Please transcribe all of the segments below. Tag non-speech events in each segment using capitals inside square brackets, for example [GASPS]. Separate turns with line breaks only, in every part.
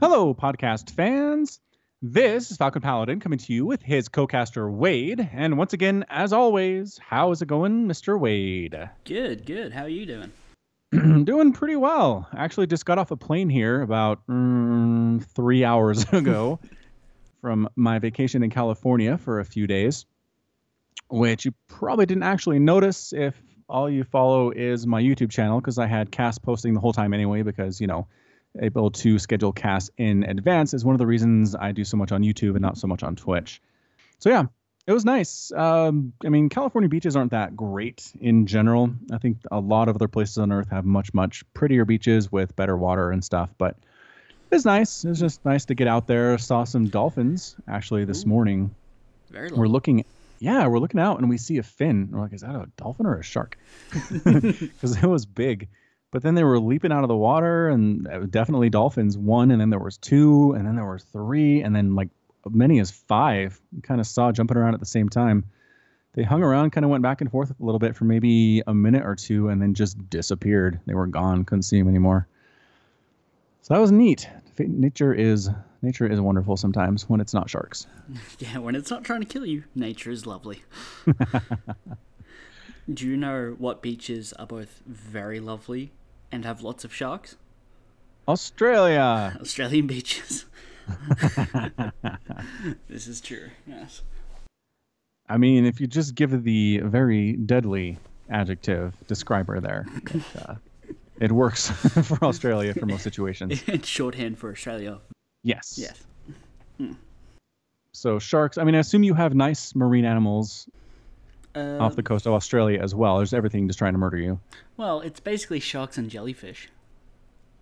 Hello, podcast fans. This is Falcon Paladin coming to you with his co-caster Wade, and once again, as always, how is it going, Mister Wade?
Good, good. How are you doing?
[CLEARS THROAT] Doing pretty well. I actually just got off a plane here about mm, three hours [LAUGHS] ago from my vacation in California for a few days, which you probably didn't actually notice if all you follow is my YouTube channel because I had cast posting the whole time anyway because, you know, able to schedule casts in advance is one of the reasons I do so much on YouTube and not so much on Twitch. So yeah, it was nice. Um, I mean, California beaches aren't that great in general. I think a lot of other places on Earth have much, much prettier beaches with better water and stuff. But it's nice. It's just nice to get out there. Saw some dolphins actually this morning.
Very
We're
long.
looking, yeah, we're looking out and we see a fin. We're like, is that a dolphin or a shark? [LAUGHS] Because it was big. But then they were leaping out of the water, and uh, definitely dolphins. One, and then there was two, and then there were three, and then like many as five. Kind of saw jumping around at the same time. They hung around, kind of went back and forth a little bit for maybe a minute or two, and then just disappeared. They were gone. Couldn't see them anymore. So that was neat. Fa- Nature is nature is wonderful sometimes when it's not sharks.
[LAUGHS] Yeah, when it's not trying to kill you, nature is
[LAUGHS]
lovely. Do you know what beaches are both very lovely and have lots of sharks?
Australia. [LAUGHS]
Australian [LAUGHS] beaches. this is true. Yes. [LAUGHS]
I mean, if you just give the very deadly adjective describer
[LAUGHS]
there, it, uh, it works [LAUGHS] for Australia for most
[LAUGHS]
situations.
It's shorthand for Australia.
Yes.
Yes.
So sharks. I mean, I assume you have nice marine animals
Uh,
off the coast of Australia as well. There's everything just trying to murder you.
well, it's basically sharks and jellyfish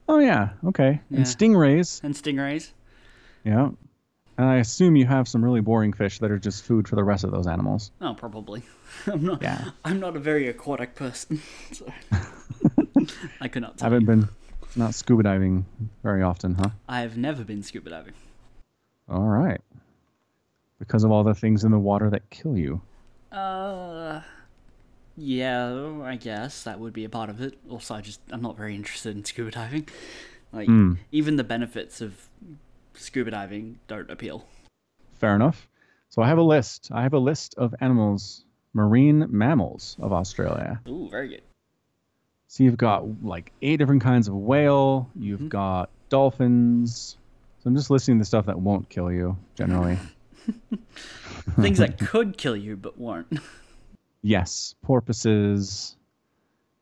Oh yeah. Okay.
Yeah.
And
[LAUGHS]
stingrays.
and stingrays.
Yeah. And I assume you have some really boring fish that are just food for the rest of those animals.
Oh, probably. [LAUGHS] I'm not.
Yeah.
I'm not a very aquatic person, [LAUGHS]
[LAUGHS]
so I could not.
I
Tell
haven't
you.
been not scuba diving very often, huh?
I have never been scuba diving.
All right. Because of all the things in the water that kill you.
Uh, yeah, I guess that would be a part of it. Also, I just I'm not very interested in scuba diving. Like even the benefits of scuba diving don't appeal.
Fair enough. So I have a list. I have a list of animals, marine mammals of Australia.
Ooh, very good.
So you've got like eight different kinds of whale. You've got dolphins. So I'm just listing the stuff that won't kill you generally.
Things that could kill you but won't. [LAUGHS]
yes, porpoises.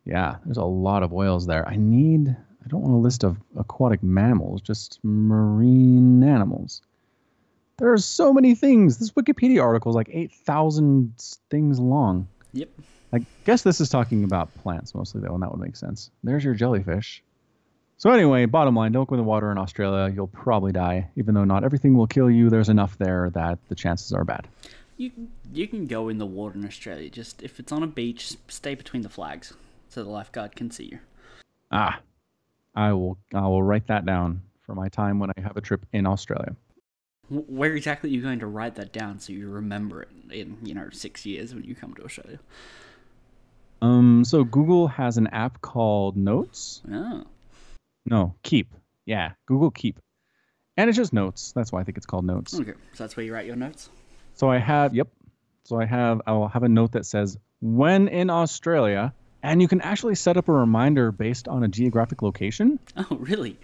Yeah, there's a lot of whales there. I need. I don't want a list of aquatic mammals, just marine animals. There are so many things. This Wikipedia article is like 8,000 things long.
yep.
I guess this is talking about plants mostly, though, and that would make sense. There's your jellyfish. So, anyway, bottom line don't go in the water in Australia. You'll probably die. Even though not everything will kill you, there's enough there that the chances are bad.
You you can go in the water in Australia. Just if it's on a beach, s- stay between the flags so the lifeguard can see you.
Ah, I will, I will write that down for my time when I have a trip in Australia.
Wh- Where exactly are you going to write that down so you remember it in you know six years when you come to Australia?
Um, so, Google has an app called Notes.
Oh,
No, Keep. Yeah, Google Keep. And it's just notes. That's why I think it's called Notes.
okay. So that's where you write your notes.
So I have, yep. So I have, I'll have a note that says, when in Australia, and you can actually set up a reminder based on a geographic location.
Oh, really?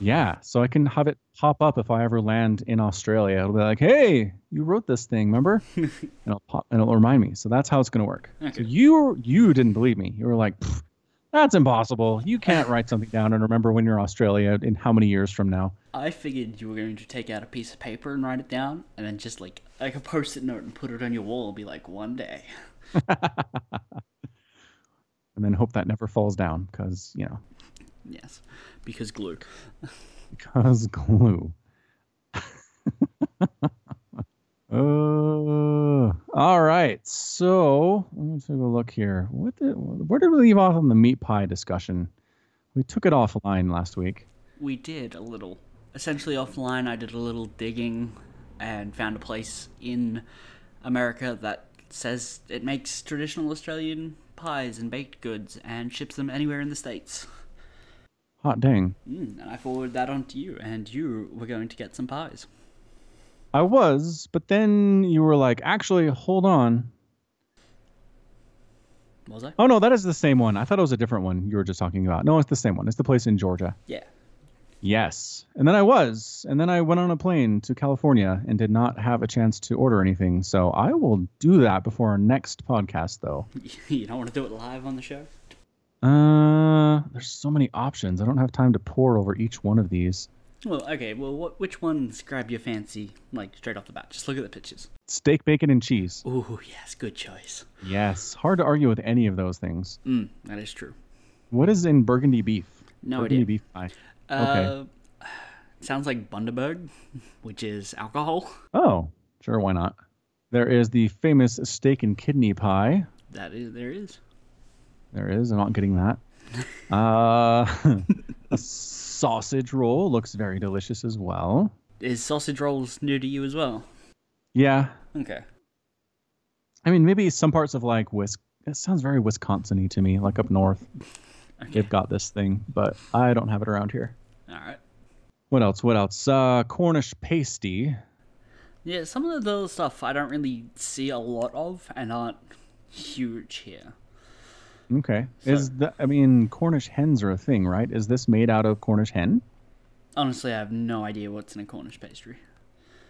Yeah. So I can have it pop up if I ever land in Australia. It'll be like, hey, you wrote this thing, remember? and it'll pop, and it'll remind me. So that's how it's going to work. So
Okay.
you, you didn't believe me. You were like, "Pfft, that's impossible. You can't write something down and remember when you're in Australia in how many years from now.
I figured you were going to take out a piece of paper and write it down, and then just like like a post-it note and put it on your wall and be like, one day.
And then hope that never falls down because, you know,
Yes, because glue.
Because [LAUGHS] glue. uh, all right. So let me take a look here. What did, where did we leave off on the meat pie discussion? We took it offline last week.
We did a little. Essentially offline, I did a little digging and found a place in America that says it makes traditional Australian pies and baked goods and ships them anywhere in the states.
Hot dang.
Mm, and I forwarded that on to you, and you were going to get some pies.
I was, but then you were like, actually, hold on.
Was I?
Oh no, that is the same one. I thought it was a different one you were just talking about. No, it's the same one. It's the place in Georgia.
Yeah. [LAUGHS]
Yes. And then I was, and then I went on a plane to California and did not have a chance to order anything. So I will do that before our next podcast, though.
you don't want to do it live on the show?
Uh, there's so many options. I don't have time to pour over each one of these.
Well, okay. Well, what, which ones grab your fancy, like straight off the bat? Just look at the pictures.
Steak, bacon, and cheese.
Ooh, yes, good choice.
Yes. Hard to argue with any of those things.
Mm, that is true.
What is in burgundy beef?
No
burgundy
idea.
beef pie.
Uh, [SIGHS] sounds like Bundaberg, [LAUGHS] which is alcohol.
Oh, sure, why not? There is the famous steak and kidney pie.
That is there is.
There is. I'm not getting that. Uh, [LAUGHS] a sausage roll looks very delicious as well.
Is sausage rolls new to you as well?
Yeah.
Okay.
I mean, maybe some parts of like Wis. It sounds very Wisconsin y to me, like up north.
Okay.
They've got this thing, but I don't have it around here.
All right.
What else? What else? Uh, Cornish pasty.
Yeah, some of the other stuff I don't really see a lot of and aren't huge here.
Okay. Is the I mean, Cornish hens are a thing, right? Is this made out of Cornish hen?
Honestly, I have no idea what's in a Cornish pastry.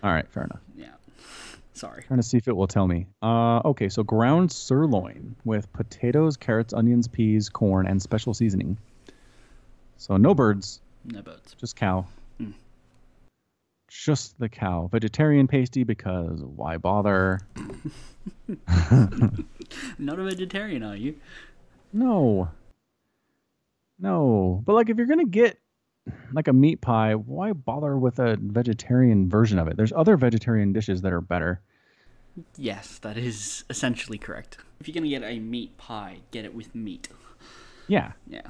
All right, fair enough.
Yeah. [LAUGHS] Sorry.
Trying to see if it will tell me. Uh, okay, so ground sirloin with potatoes, carrots, onions, peas, corn, and special seasoning. So no birds,
No boats.
just cow. Just the cow. Vegetarian pasty because why bother?
Not a vegetarian, are you?
No. No. But like if you're gonna get like a meat pie, why bother with a vegetarian version of it? There's other vegetarian dishes that are better.
Yes, that is essentially correct. If you're going to get a meat pie, get it with meat.
Yeah.
Yeah.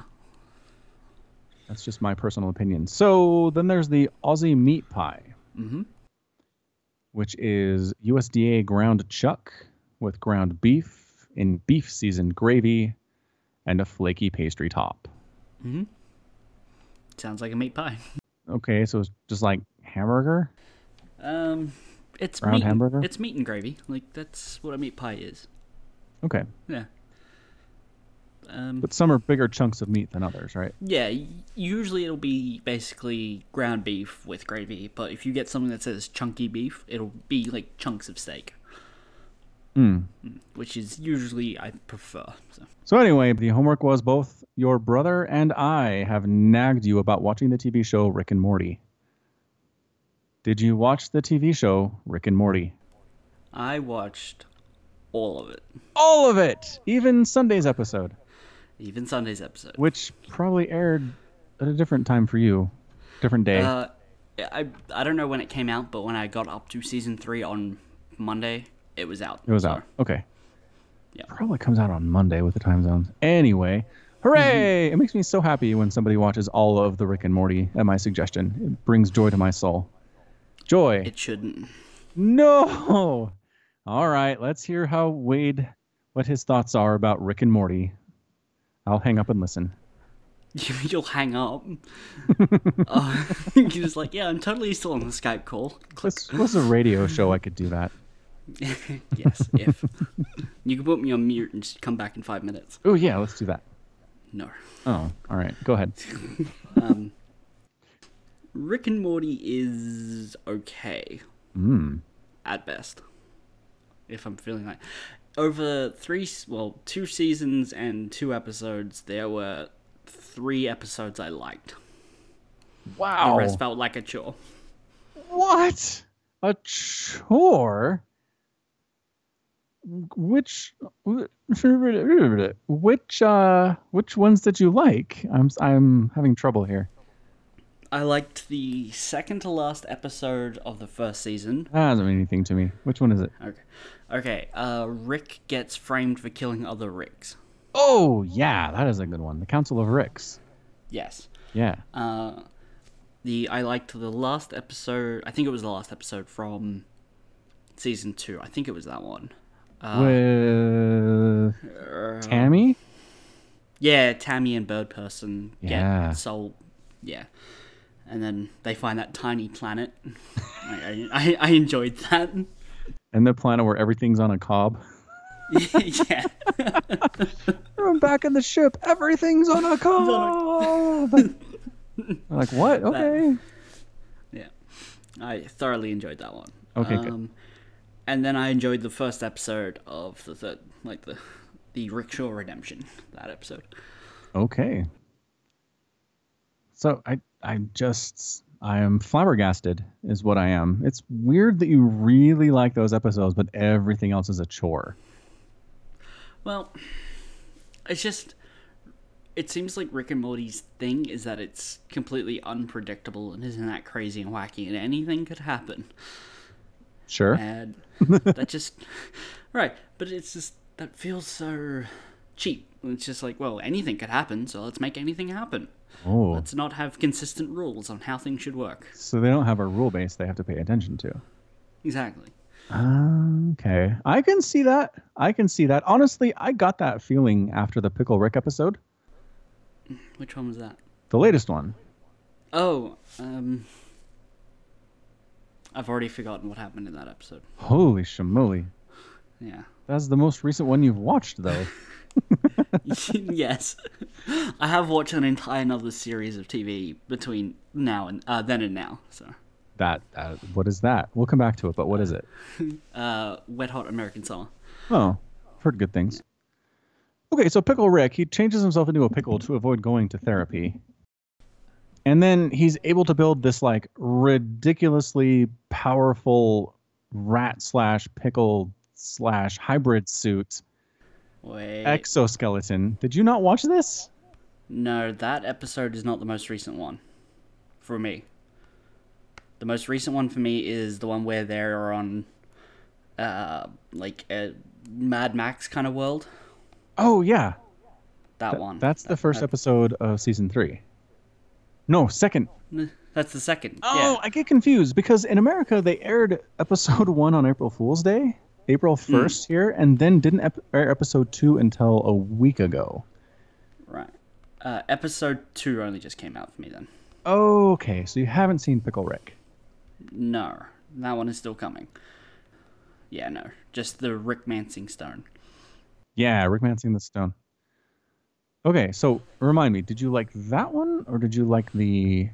That's just my personal opinion. So then there's the Aussie meat pie,
Mhm.
which is USDA ground chuck with ground beef in beef seasoned gravy and a flaky pastry top.
Sounds like a meat pie.
Okay, so it's just like hamburger.
Um, it's
Brown
meat.
hamburger?
It's meat and gravy. Like that's what a meat pie is.
Okay,
Yeah. Um,
but some are bigger chunks of meat than others, right?
yeah. y- Usually it'll be basically ground beef with gravy, but if you get something that says chunky beef, it'll be like chunks of steak, Mm,
Hmm.
which is usually I prefer. So.
So anyway, the homework was both your brother and I have nagged you about watching the TV show Rick and Morty. Did you watch the TV show Rick and Morty?
I watched all of it,
All of it, even Sunday's episode,
even Sunday's episode.
which probably aired at a different time for you, different day.
Uh, I I don't know when it came out, but when I got up to season three on Monday, it was out.
it was
so-
out. Okay.
Yeah.
Probably comes out on Monday with the time zones. Anyway, hooray!
Mm-hmm.
It makes me so happy when somebody watches all of the Rick and Morty at my suggestion. It brings joy to my soul. Joy.
It shouldn't. [LAUGHS]
No. [LAUGHS] All right, let's hear how Wade what his thoughts are about Rick and Morty. I'll hang up and listen.
You'll
[LAUGHS]
hang up. uh, [LAUGHS] you're just like, yeah, I'm totally still on the Skype call. [LAUGHS] Click.
This was a radio show I could do that.
yes, if. You can put me on mute and just come back in five minutes.
Oh yeah, let's do that.
No.
Oh, all right. Go ahead.
Rick and Morty is okay.
Mm.
At best. If I'm feeling like. Over three, s- well, two seasons and two episodes, there were three episodes I liked. The
Wow.
rest felt like a chore.
What? A chore? Which which uh which ones did you like? I'm I'm having trouble here.
I liked the second to last episode of the first season,
That doesn't mean anything to me. Which one is it?
Okay. Okay. Uh, Rick gets framed for killing other Ricks.
Oh yeah, that is a good one. The Council of Ricks.
Yes.
Yeah.
Uh, the I liked the last episode. I think it was the last episode from season two. I think it was that one.
With
Uh,
Tammy?
yeah, Tammy and Bird Person get
Yeah.
sold yeah. And then they find that tiny planet. I, I, I enjoyed that. [LAUGHS]
And the planet where everything's on a cob.
yeah.
Everyone back in the ship. Everything's on a cob. I'm like what? Okay.
Yeah. I thoroughly enjoyed that one. Um,
Okay, good.
And then I enjoyed the first episode of the third, like the the Rickshaw Redemption, that episode.
Okay. So I I just I am flabbergasted is what I am. It's weird that you really like those episodes, but everything else is a chore.
Well, it's just it seems like Rick and Morty's thing is that it's completely unpredictable and isn't that crazy and wacky and anything could happen.
Sure.
And that just right, but it's just that feels so cheap. It's just like, well, anything could happen, so let's make anything happen.
oh.
Let's not have consistent rules on how things should work.
So they don't have a rule base they have to pay attention to.
Exactly.
Okay. I can see that. I can see that. Honestly, I got that feeling after the Pickle Rick episode,
Which one was that?
the latest one.
Oh, um I've already forgotten what happened in that episode.
Holy shamoly.
Yeah. [LAUGHS]
That's the most recent one you've watched, though.
yes. I have watched an entire another series of TV between now and uh, then and now. So,
that, uh, what is that? We'll come back to it, but what is it?
uh, Wet Hot American Summer.
Oh, heard good things. Okay, so Pickle Rick, he changes himself into a pickle to avoid going to therapy. And then he's able to build this like ridiculously powerful rat slash pickle slash hybrid suit
Wait.
exoskeleton. Did you not watch this?
no, that episode is not the most recent one for me. The most recent one for me is the one where they're on, uh, like a Mad Max kind of world.
Oh yeah,
That one.
that's the first episode of season three. No, second.
That's the second.
Oh, I get confused because in America they aired episode [LAUGHS] one on April Fool's Day, April first here, and then didn't ep- air episode two until a week ago.
yeah. Right. Uh, episode two only just came out for me then.
Okay, so you haven't seen Pickle Rick.
No, that one is still coming. Yeah, no, just the Rick Mansing stone.
Yeah, Rick Mansing the Stone. Okay, so remind me, did you like that one or did you like the?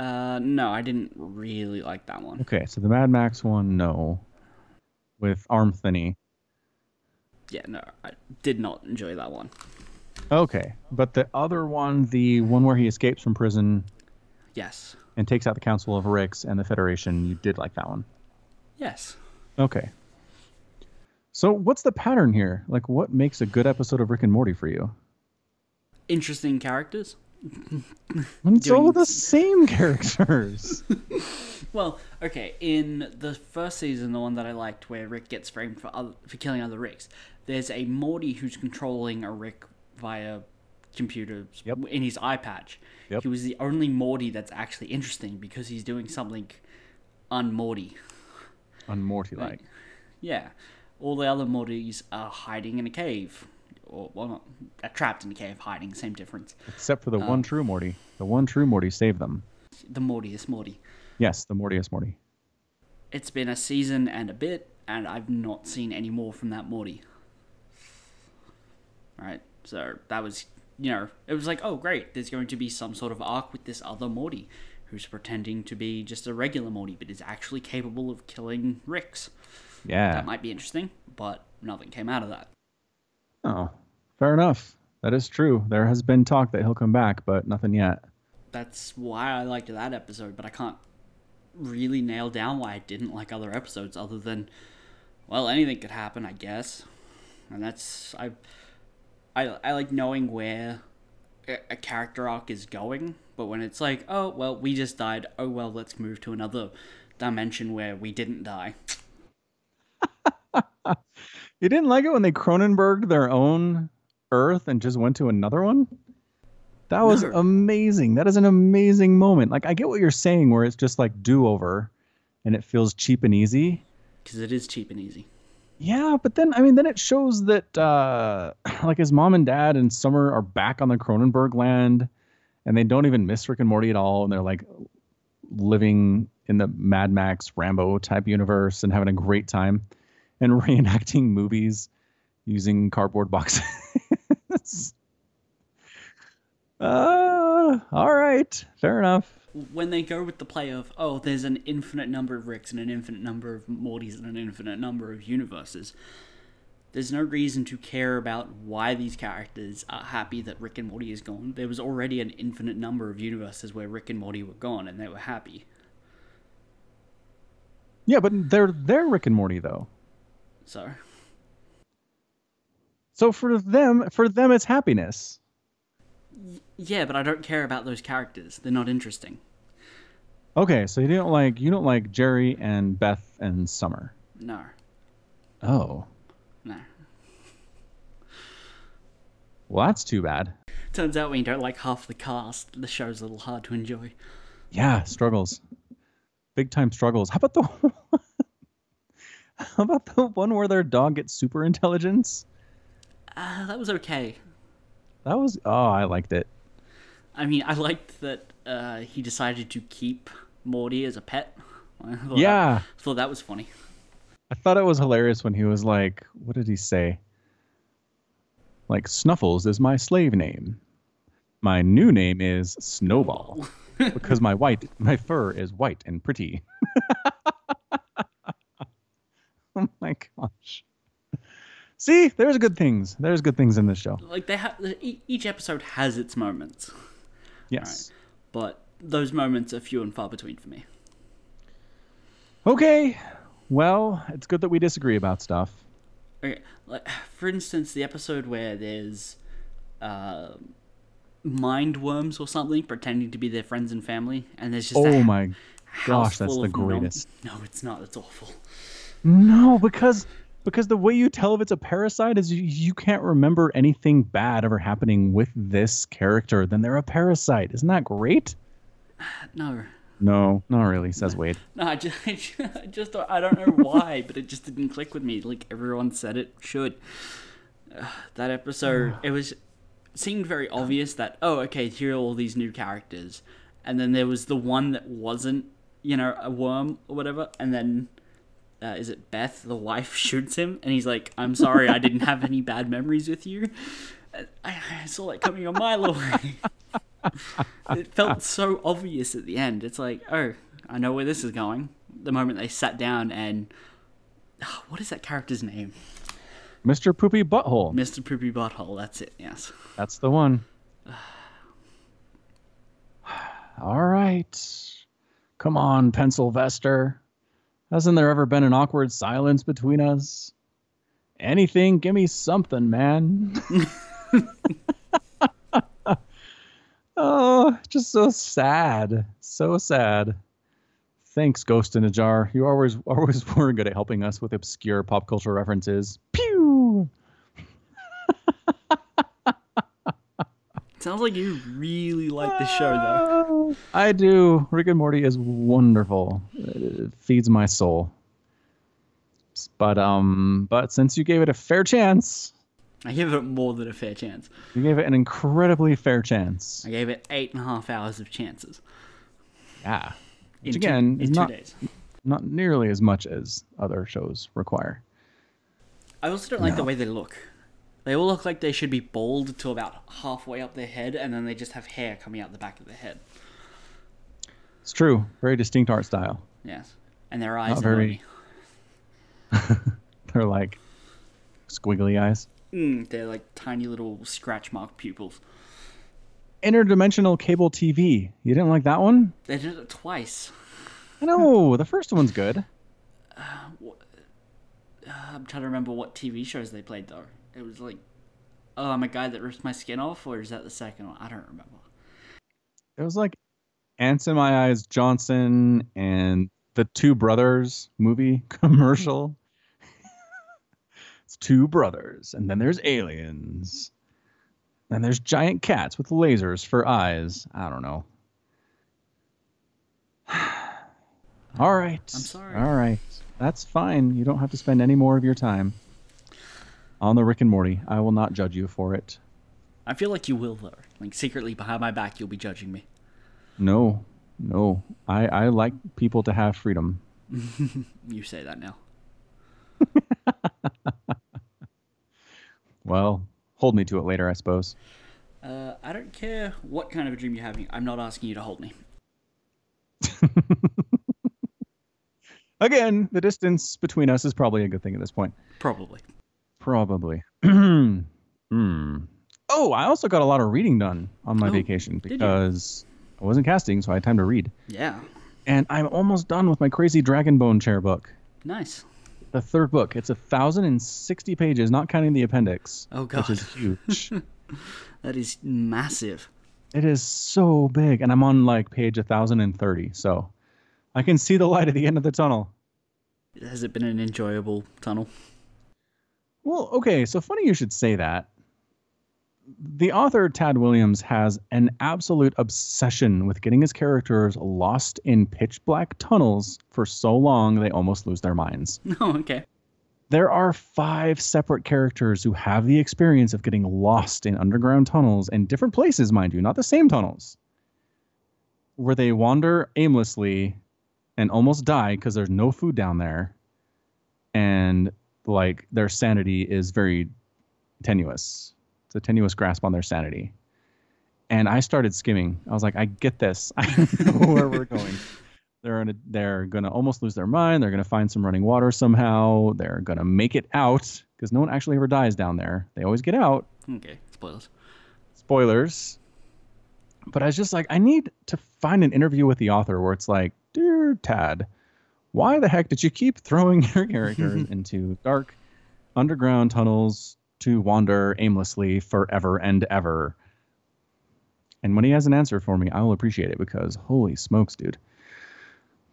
Uh, no, I didn't really like
[LAUGHS]
that one.
Okay, so the Mad Max one, no, with arm thinny.
Yeah, no, I did not enjoy that one.
Okay, but the other one, the one where he escapes from prison
Yes,
and takes out the Council of Ricks and the Federation, you did like that one.
yes.
Okay. So what's the pattern here? Like, what makes a good episode of Rick and Morty for you?
Interesting characters.
It's all
Doing-
the same [LAUGHS]
[LAUGHS]
characters.
Well, okay, in the first season, the one that I liked, where Rick gets framed for other, for killing other Ricks, there's a Morty who's controlling a Rick via computer
Yep.
in his eye patch.
Yep.
He was the only Morty that's actually interesting because he's doing something un-Morty.
On Morty, like,
Yeah. All the other Mortys are hiding in a cave. Or, well, not are trapped in a cave, hiding, same difference.
except for the
Uh.
one true Morty. The one true Morty saved them.
The Morty is Morty.
Yes, the Mortius Morty.
It's been a season and a bit, and I've not seen any more from that Morty. Right? So that was, you know, it was like, oh, great, there's going to be some sort of arc with this other Morty who's pretending to be just a regular Morty but is actually capable of killing Ricks.
Yeah.
That might be interesting, but nothing came out of that.
oh, fair enough. That is true. There has been talk that he'll come back, but nothing yet.
that's why I liked that episode, but I can't really nail down why I didn't like other episodes other than well, anything could happen, I guess. And that's I I I like knowing where a a character arc is going, but when it's like, oh, well, we just died. Oh, well, let's move to another dimension where we didn't die.
You didn't like it when they Cronenberged their own Earth and just went to another one? That was
No.
amazing. That is an amazing moment. Like, I get what you're saying, where it's just like do over and it feels cheap and easy.
Because it is cheap and easy.
Yeah, but then I mean, then it shows that uh, [CLEARS THROAT] like his mom and dad and Summer are back on the Cronenberg land, and they don't even miss Rick and Morty at all, and they're like living in the Mad Max Rambo type universe and having a great time, and [LAUGHS] reenacting movies using cardboard boxes. [LAUGHS] uh, all right, fair enough.
When they go with the play of, oh, there's an infinite number of Ricks and an infinite number of Mortys and an infinite number of universes, there's no reason to care about why these characters are happy that Rick and Morty is gone. There was already an infinite number of universes where Rick and Morty were gone and they were happy.
Yeah, but they're they're Rick and Morty though.
So,
So for them, for them, it's happiness.
yeah, but I don't care about those characters. They're not interesting.
Okay, so you don't like you don't like Jerry and Beth and Summer.
No.
Oh,
No.
well, that's too bad.
Turns out when you don't like half the cast, the show's a little hard to enjoy.
Yeah, struggles, big time struggles. How about the [LAUGHS] how about the one where their dog gets super intelligence?
Uh, that was okay.
That was oh, I liked it.
I mean, I liked that uh, he decided to keep Morty as a pet. [LAUGHS] I thought
Yeah.
That, thought that was funny.
I thought it was hilarious when he was like, what did he say? Like Snuffles is my slave name. My new name is Snowball. because my white my fur is white and pretty. [LAUGHS] oh my gosh. See, there's good things. There's good things in this show.
Like they have each episode has its moments,
Yes.
but those moments are few and far between for me.
Okay. Well, it's good that we disagree about stuff.
Okay, like for instance, the episode where there's uh, mind worms or something pretending to be their friends and family, and there's just
Oh
a
my gosh,
house
that's
full
the
of nom-
greatest.
no, it's not. That's awful.
No, because because the way you tell if it's a parasite is you, you can't remember anything bad ever happening with this character. Then they're a parasite. Isn't that great?
No,
No, not really, says Wade.
No, I just, [LAUGHS] I just, I just thought, I don't know why, but it just didn't click with me. Like everyone said it should. [SIGHS] Ugh, that episode, it was seemed very obvious that oh, okay, here are all these new characters, and then there was the one that wasn't, you know, a worm or whatever, and then. Uh, is it Beth? The wife [LAUGHS] shoots him, and he's like, "I'm sorry, I didn't have any bad memories with you." Uh, I, I saw that coming a mile away. it
Ah.
felt so obvious at the end. It's like, oh, I know where this is going. The moment they sat down and Ah, what is that character's name?
Mr. Poopy Butthole.
Mr. Poopy Butthole. That's it. Yes.
That's the one. All right. Come on, Pennsylvester. Hasn't there ever been an awkward silence between us? Anything, give me something, man. [LAUGHS] oh, just so sad. So sad. Thanks, Ghost in a Jar. You always always [LAUGHS] were good at helping us with obscure pop culture references. Pew!
Sounds like you really like this show,
Ah.
though.
I do. Rick and Morty is wonderful. It feeds my soul. But um, but since you gave it a fair chance,
I give it more than a fair chance.
you gave it an incredibly fair chance.
I gave it eight and a half hours of chances
Yeah,
in
Which again
two,
is
in two
not-
days.
not nearly as much as other shows require.
I also don't like the way they look. They all look like they should be bald to about halfway up their head, and then they just have hair coming out the back of their head.
It's true. Very distinct art style. [LAUGHS]
Yes, and their eyes
Not
are
very-
very...
They're like squiggly eyes.
mm, They're like tiny little scratch mark pupils.
Interdimensional cable TV. You didn't like that one?
They did it twice.
No, the first one's good.
I'm trying to remember what TV shows they played though. It was like, oh, I'm a guy that rips my skin off, or is that the second one? I don't remember.
It was like Ants in My Eyes Johnson and the Two Brothers movie [LAUGHS] commercial. it's two brothers, and then there's aliens. And there's giant cats with lasers for eyes. I don't know. [SIGHS] All right.
I'm sorry.
All right. That's fine. You don't have to spend any more of your time on the Rick and Morty. I will not judge you for it.
I feel like you will though. Like secretly behind my back, you'll be judging me.
No, no. I, I like people to have freedom.
You say that now.
Well, hold me to it later, I suppose.
Uh, I don't care what kind of a dream you're having. I'm not asking you to hold me.
Again, the distance between us is probably a good thing at this point.
Probably.
Probably. [CLEARS THROAT] Hmm. Oh, I also got a lot of reading done on my
Oh,
vacation
did you?
because I wasn't casting, so I had time to read.
Yeah.
And I'm almost done with my crazy Dragonbone chair book.
Nice.
The third book. It's a thousand and sixty pages, not counting the appendix.
Oh,
Which is
[LAUGHS]
huge.
That is massive.
it is so big, and I'm on like page thousand and thirty, so I can see the light at the end of the tunnel.
Has it been an enjoyable tunnel? [LAUGHS]
Well, okay, so funny you should say that. The author, Tad Williams, has an absolute obsession with getting his characters lost in pitch black tunnels for so long they almost lose their minds.
No. Okay.
There are five separate characters who have the experience of getting lost in underground tunnels in different places, mind you, not the same tunnels, where they wander aimlessly and almost die because there's no food down there. And like their sanity is very tenuous. It's a tenuous grasp on their sanity. And I started skimming. I was like, I get this. I [LAUGHS] know where we're going they're in a, they're gonna almost lose their mind. They're gonna find some running water somehow. They're gonna make it out because no one actually ever dies down there. They always get out.
Okay. Spoilers.
Spoilers. But I was just like, I need to find an interview with the author where it's like, dear Tad, why the heck did you keep throwing [LAUGHS] your characters into dark underground tunnels to wander aimlessly forever and ever? And when he has an answer for me, I will appreciate it because holy smokes, dude.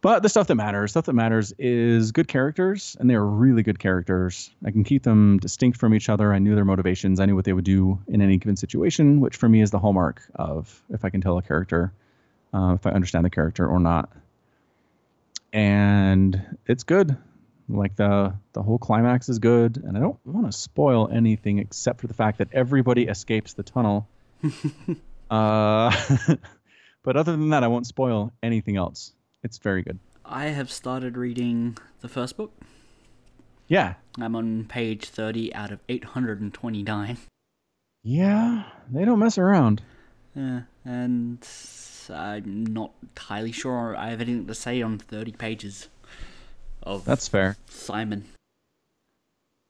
But the stuff that matters, stuff that matters is good characters, and they are really good characters. I can keep them distinct from each other. I knew their motivations. I knew what they would do in any given situation, which for me is the hallmark of if I can tell a character, uh, if I understand the character or not. And it's good. Like the the whole climax is good, and I don't want to spoil anything except for the fact that everybody escapes the tunnel. uh, [LAUGHS] but other than that, I won't spoil anything else. It's very good.
I have started reading the first book.
Yeah.
I'm on page 30 out of 829.
Yeah. They don't mess around.
Yeah, Uh, and I'm not entirely sure I have anything to say on 30 pages of
That's fair.
Simon.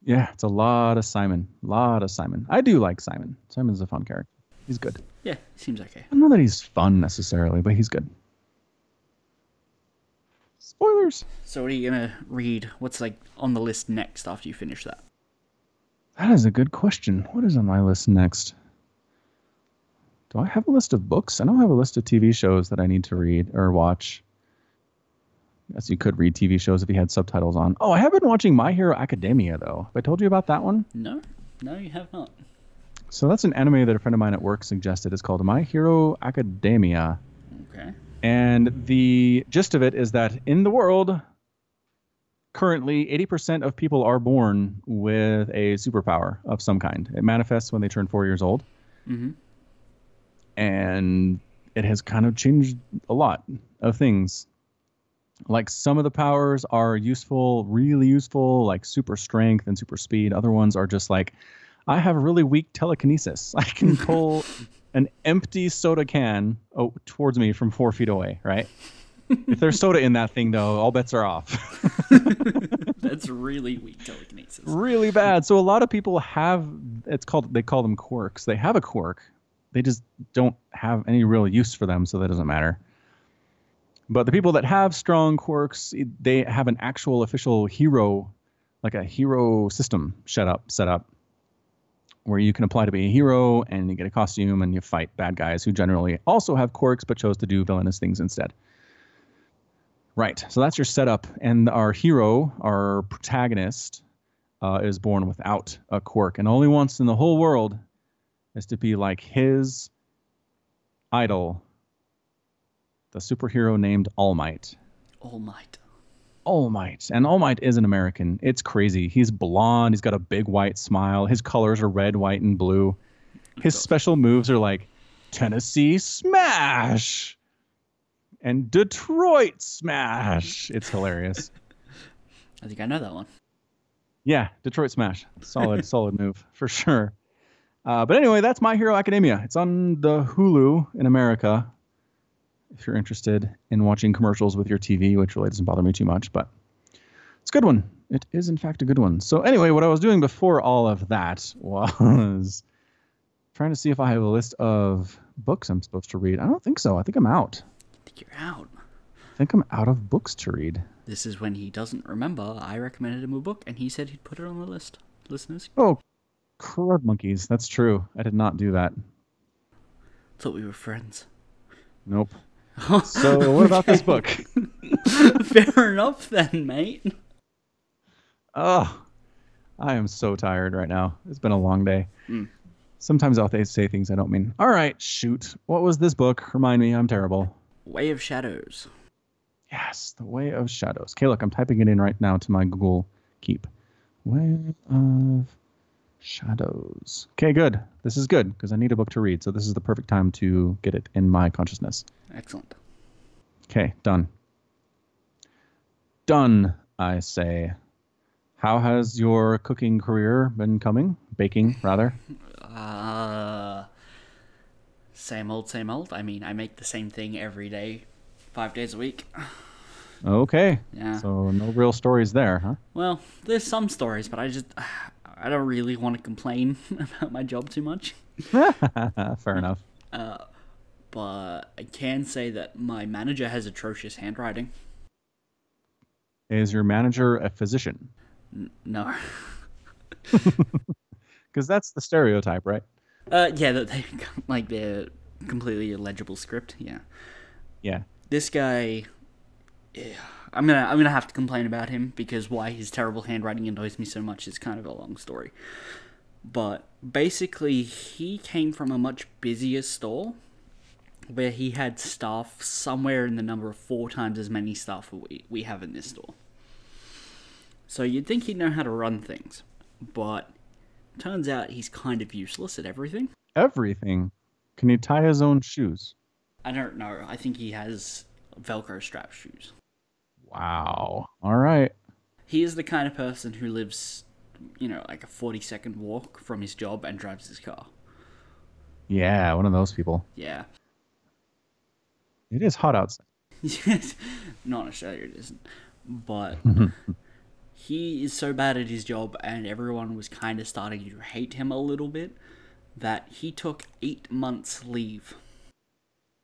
Yeah, it's a lot of Simon. lot of Simon. I do like Simon. Simon's a fun character. He's good.
Yeah, seems okay.
I don't know that he's fun necessarily, but he's good. Spoilers.
So, what are you gonna read? What's like on the list next after you finish that?
That is a good question. What is on my list next? Do I have a list of books? I don't have a list of TV shows that I need to read or watch. Yes, you could read TV shows if you had subtitles on. Oh, I have been watching My Hero Academia though. Have I told you about that one?
No, no, you have not.
So that's an anime that a friend of mine at work suggested. It's called My Hero Academia.
Okay.
And the gist of it is that in the world, currently 80% of people are born with a superpower of some kind. It manifests when they turn four years old.
Mm-hmm.
And it has kind of changed a lot of things. Like some of the powers are useful, really useful, like super strength and super speed. Other ones are just like, I have really weak telekinesis. [LAUGHS] I can pull an empty soda can oh, towards me from four feet away, right? if there's soda in that thing, though, all bets are off.
[LAUGHS] That's really weak telekinesis.
really bad. So a lot of people have it's called they call them quirks. They have a quirk. They just don't have any real use for them, so that doesn't matter. But the people that have strong quirks, it- they have an actual official hero, like a hero system set up, set up, where you can apply to be a hero and you get a costume and you fight bad guys who generally also have quirks but chose to do villainous things instead. Right. So that's your setup, and our hero, our protagonist, uh, is born without a quirk and only wants in the whole world is to be like his idol, the superhero named All Might.
All Might.
All Might, and All Might is an American. It's crazy. He's blonde. He's got a big white smile. His colors are red, white, and blue. His special moves are like Tennessee Smash and Detroit Smash. It's hilarious.
I think I know that one.
Yeah, Detroit Smash. Solid, solid move for sure. Uh, but anyway, that's My Hero Academia. It's on the Hulu in America. If you're interested in watching commercials with your TV, which really doesn't bother me too much, but it's a good one. It is, in fact, a good one. So, anyway, what I was doing before all of that was trying to see if I have a list of books I'm supposed to read. I don't think so. I think I'm out.
I think you're out.
I think I'm out of books to read.
This is when he doesn't remember. I recommended him a book, and he said he'd put it on the list. Listeners,
Oh, crud monkeys. That's true. I did not do that.
thought we were friends. [LAUGHS]
Nope. So, what about this book?
Fair enough, then, mate.
Oh, I am so tired right now. It's been a long day. Sometimes I'll th- say things I don't mean. All right, shoot. What was this book? Remind me, I'm terrible.
Way of Shadows.
Yes, The Way of Shadows. Okay, look, I'm typing it in right now to my Google Keep. Way of Shadows. Okay, good. This is good because I need a book to read. So this is the perfect time to get it in my consciousness.
Excellent.
Okay, done. Done, I say. How has your cooking career been coming? Baking, rather.
Uh, same old, same old. I mean, I make the same thing every day, five days a week.
Okay.
Yeah.
So no real stories there, huh? [LAUGHS]
Well, there's some stories, but I just [SIGHS] I don't really want to complain [LAUGHS] about my job too much. Uh,
Fair enough.
But I can say that my manager has atrocious handwriting.
Is your manager a physician?
No. [LAUGHS]
Because that's the stereotype, right?
Uh, yeah, that they [LAUGHS] like their completely illegible script. Yeah.
Yeah.
this guy yeah, I'm gonna I'm gonna have to complain about him because why his terrible handwriting annoys me so much is kind of a long story. But basically he came from a much busier store where he had staff somewhere in the number of four times as many staff we, we have in this store. So you'd think he'd know how to run things, but turns out he's kind of useless at everything.
Everything. Can he tie his own shoes?
I don't know. I think he has Velcro strap shoes.
Wow. All right.
he is the kind of person who lives, you know, like a 40 second walk from his job and drives his car.
Yeah, one of those people.
Yeah. [LAUGHS]
It is hot outside.
Not in Australia, it isn't. But he is so bad at his job, and everyone was kind of starting to hate him a little bit, that he took eight months leave.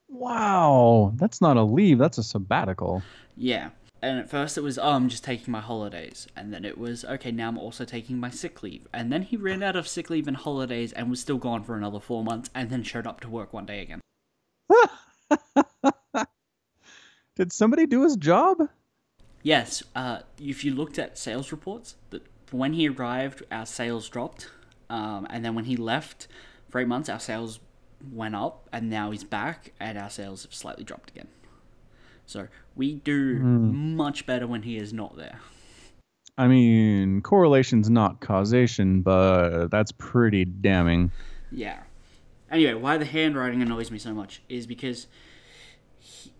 Wow. That's not a leave, that's a sabbatical.
Yeah. And at first it was, oh, I'm just taking my holidays. And then it was, okay, now I'm also taking my sick leave. And then he ran out of sick leave and holidays and was still gone for another four months and then showed up to work one day again.
Did somebody do his job?
Yes, uh, if you looked at sales reports, that when he arrived, our sales dropped, um, and then when he left for eight months, our sales went up, and now he's back, and our sales have slightly dropped again. So we do much better when he is not there.
I mean, correlation's not causation, but that's pretty damning.
Yeah. Anyway, why the handwriting annoys me so much is because he,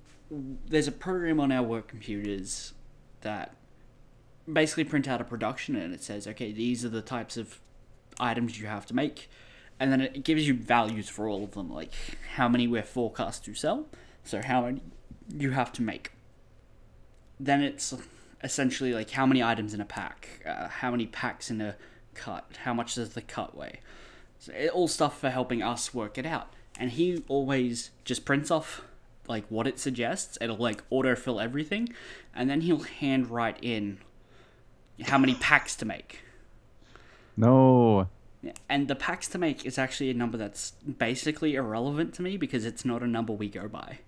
there's a program on our work computers that basically print out a production and it says, okay, these are the types of items you have to make. And then it gives you values for all of them, like how many we're forecast to sell, so how many you have to make. Then it's essentially like how many items in a pack, uh, how many packs in a cut, how much does the cut weigh. So it, all stuff for helping us work it out. And he always just prints off like what it suggests. It'll like autofill everything, and then he'll hand write in how many packs to make.
No.
Yeah, And the packs to make is actually a number that's basically irrelevant to me because it's not a number we go by.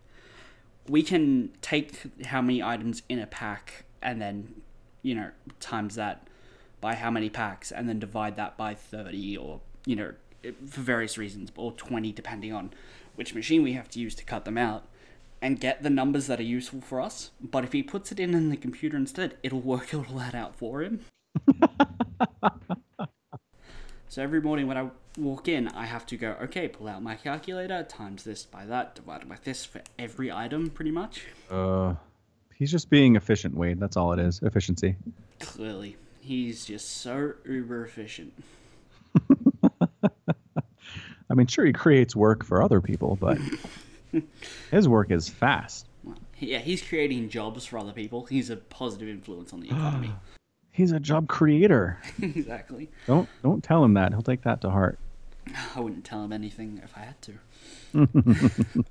We can take how many items in a pack and then, you know, times that by how many packs and then divide that by 30 or, you know, it- for various reasons, or 20 depending on which machine we have to use to cut them out. and get the numbers that are useful for us. But if he puts it in in the computer instead, it'll work [LAUGHS] all that out for him. so every morning when I walk in, I have to go, okay, pull out my calculator, times this by that, divided by this for every item, pretty much.
Uh, he's just being efficient, Wade. That's all it is. Efficiency.
Clearly, he's just so uber efficient.
I mean, sure, he creates work for other people, but his work is fast.
Well, Yeah, he's creating jobs for other people. He's a positive influence on the economy. [LAUGHS]
He's a job creator.
exactly.
Don't don't tell him that. He'll take that to heart.
I wouldn't tell him anything if I had to.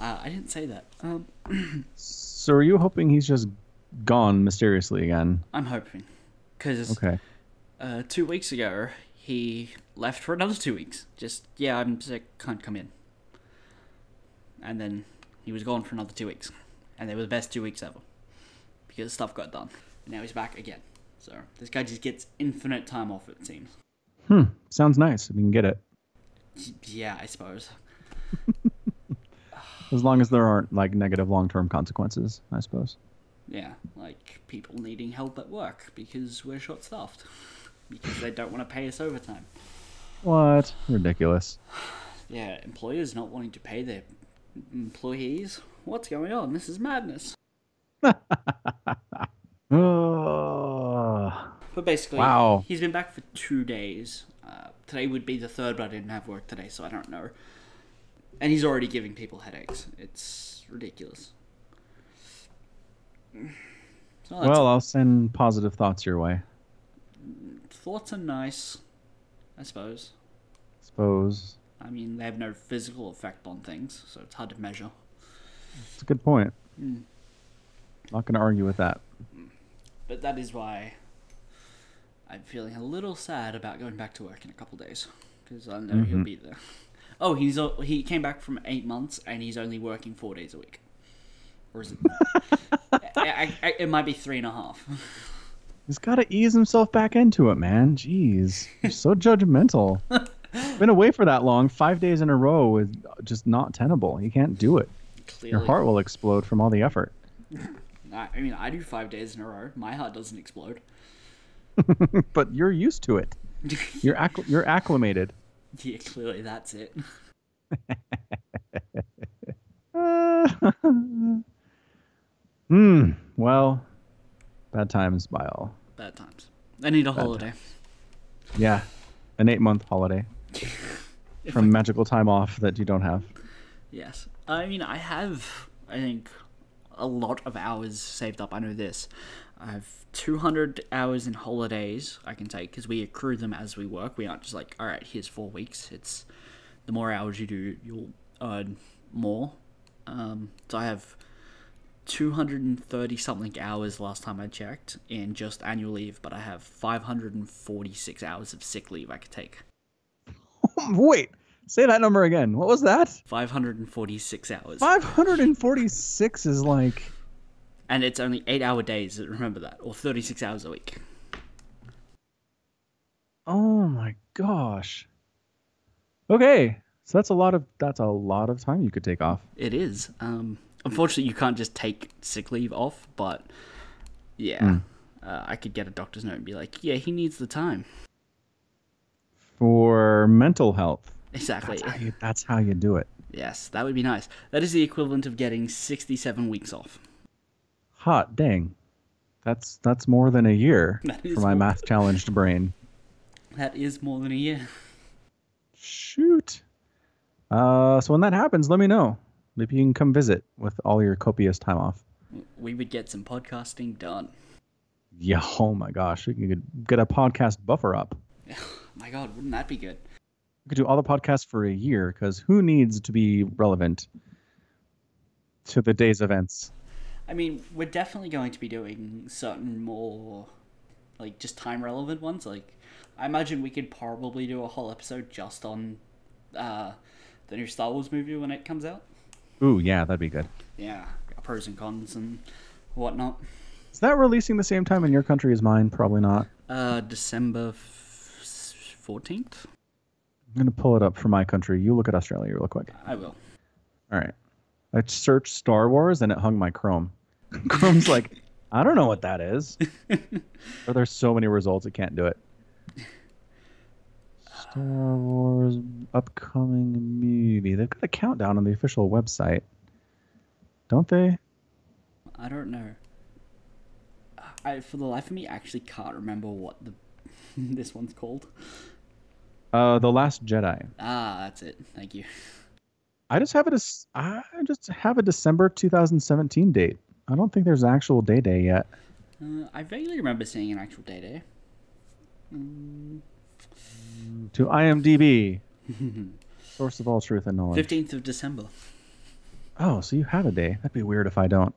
uh, I didn't say that. Um,
So are you hoping he's just gone mysteriously again?
I'm hoping. Because
Okay.
uh, two weeks ago, he left for another two weeks. Just, yeah, I'm sick, can't come in. And then he was gone for another two weeks. And they were the best two weeks ever. Because stuff got done. And now he's back again. So this guy just gets infinite time off, it seems.
Hmm. Sounds nice. If you can get it,
Yeah, I suppose.
as long as there aren't like negative long-term consequences, I suppose.
Yeah, like people needing help at work because we're short staffed. Because they don't want to pay us overtime.
What? Ridiculous.
Yeah, employers not wanting to pay their employees. What's going on? This is madness.
Oh.
But basically,
Wow.
he's been back for two days. Uh, today would be the third, but I didn't have work today, so I don't know. And he's already giving people headaches. It's ridiculous. So that's
Well, I'll send positive thoughts your way.
thoughts are nice, I suppose.
Suppose
I mean, they have no physical effect on things, so it's hard to measure.
it's a good point. Not going to argue with that.
But that is why I'm feeling a little sad about going back to work in a couple days because I know
Mm-hmm.
he'll be there. Oh, he's al- he came back from eight months and he's only working four days a week, or
[LAUGHS]
is it? I, I, I, it might be three and a half. [LAUGHS]
He's got to ease himself back into it, man. Jeez, you're so judgmental. Been away for that long, five days in a row is just not tenable. You can't do it.
Clearly,
Your heart will explode from all the effort.
I, I mean, I do five days in a row. My heart doesn't explode. [LAUGHS]
But you're used to it. You're acc- you're acclimated.
Yeah, clearly that's it.
Uh, Hmm. well, bad times by all.
Bad times. I need a holiday.
Yeah, an eight-month holiday from magical time off that you don't have.
Yes. I mean, I have, I think, a lot of hours saved up. I know this. I have 200 hours in holidays I can take because we accrue them as we work. We aren't just like, all right, here's four weeks. It's the more hours you do, you'll earn more. Um, so I have 230 something hours last time I checked in just annual leave, but I have 546 hours of sick leave I could take.
Wait, say that number again. What was that?
546 hours.
546 is like
and it's only eight hour days remember that or 36 hours a week
oh my gosh okay so that's a lot of that's a lot of time you could take off
it is um unfortunately you can't just take sick leave off but yeah uh, i could get a doctor's note and be like yeah he needs the time
for mental health
exactly
How you- that's how you do it
yes that would be nice that is the equivalent of getting 67 weeks off
hot dang that's that's more than a year
That is
for my
more-
math challenged brain
that is more than a year
shoot uh so when that happens let me know maybe you can come visit with all your copious time off
we would get some podcasting done [LAUGHS]
yeah oh my gosh we could get a podcast buffer up
my god wouldn't that be good
We could do all the podcasts for a year because who needs to be relevant to the day's events?
I mean, we're definitely going to be doing certain more, like, just time relevant ones. Like, I imagine we could probably do a whole episode just on uh, the new Star Wars movie when it comes out.
Ooh, yeah, that'd be good.
Yeah, pros and cons and whatnot.
Is that releasing the same time in your country as mine? Probably not.
Uh, December fourteenth.
I'm gonna pull it up for my country. You look at Australia real quick.
I will.
All right. I searched Star Wars and it hung my Chrome. [LAUGHS] Chrome's like, I don't know what that is. or there's so many results it can't do it. Star Wars upcoming movie. They've got a countdown on the official website, don't they?
I don't know. I for the life of me actually can't remember what the [LAUGHS] this one's called.
Uh, the Last Jedi.
Ah, that's it. Thank you.
I just have it as I just have a December 2017 date. I don't think there's an actual day day yet.
Uh, I vaguely remember seeing an actual day day. Mm.
To IMDb, source of all truth and knowledge.
Fifteenth of December.
Oh, so you have a day? That'd be weird if I don't.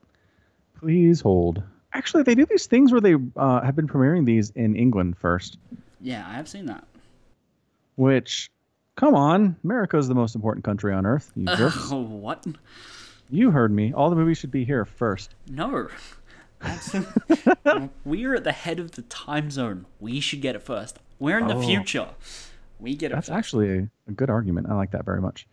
Please hold. Actually, they do these things where they uh, have been premiering these in England first.
Yeah, I have seen that.
Which, come on, America's the most important country on earth. You jerks.
Oh, what?
You heard me. All the movies should be here first.
No.
[LAUGHS]
That's- We're at the head of the time zone. We should get it first. We're in
Oh.
the future. We get it
That's
first.
actually a good argument. I like that very much.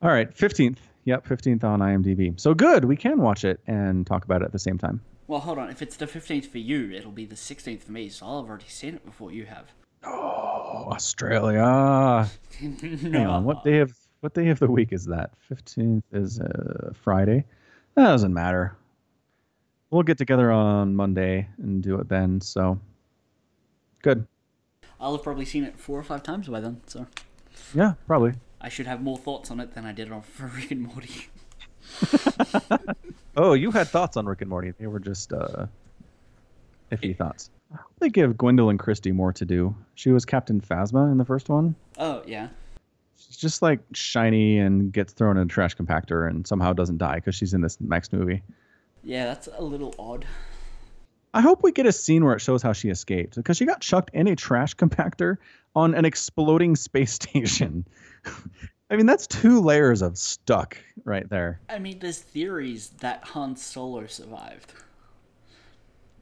All right, 15th. Yep, 15th on IMDb. So good, we can watch it and talk about it at the same time. [GASPS]
Well, hold on. If it's the 15th for you, it'll be the 16th for me, so I'll have already seen it before you have. [LAUGHS]
Oh, Australia.
no.
Hang on, what day of what day of the week is that? 15th is uh, Friday. That doesn't matter. We'll get together on Monday and do it then. So good.
I'll have probably seen it four or five times by then, so
Yeah, probably.
I should have more thoughts on it than I did on [LAUGHS] for Rick and Morty.
Oh, you had thoughts on Rick and Morty. They were just uh, iffy thoughts. I hope They give Gwendolyn Christie more to do. She was Captain Phasma in the first one.
Oh, yeah.
She's just like shiny and gets thrown in a trash compactor and somehow doesn't die because she's in this next movie.
Yeah, that's a little odd.
I hope we get a scene where it shows how she escaped because she got chucked in a trash [LAUGHS] compactor on an exploding space [LAUGHS] station. I mean, that's two layers of stuck right there.
I mean, there's theories that Han Solo survived. [LAUGHS]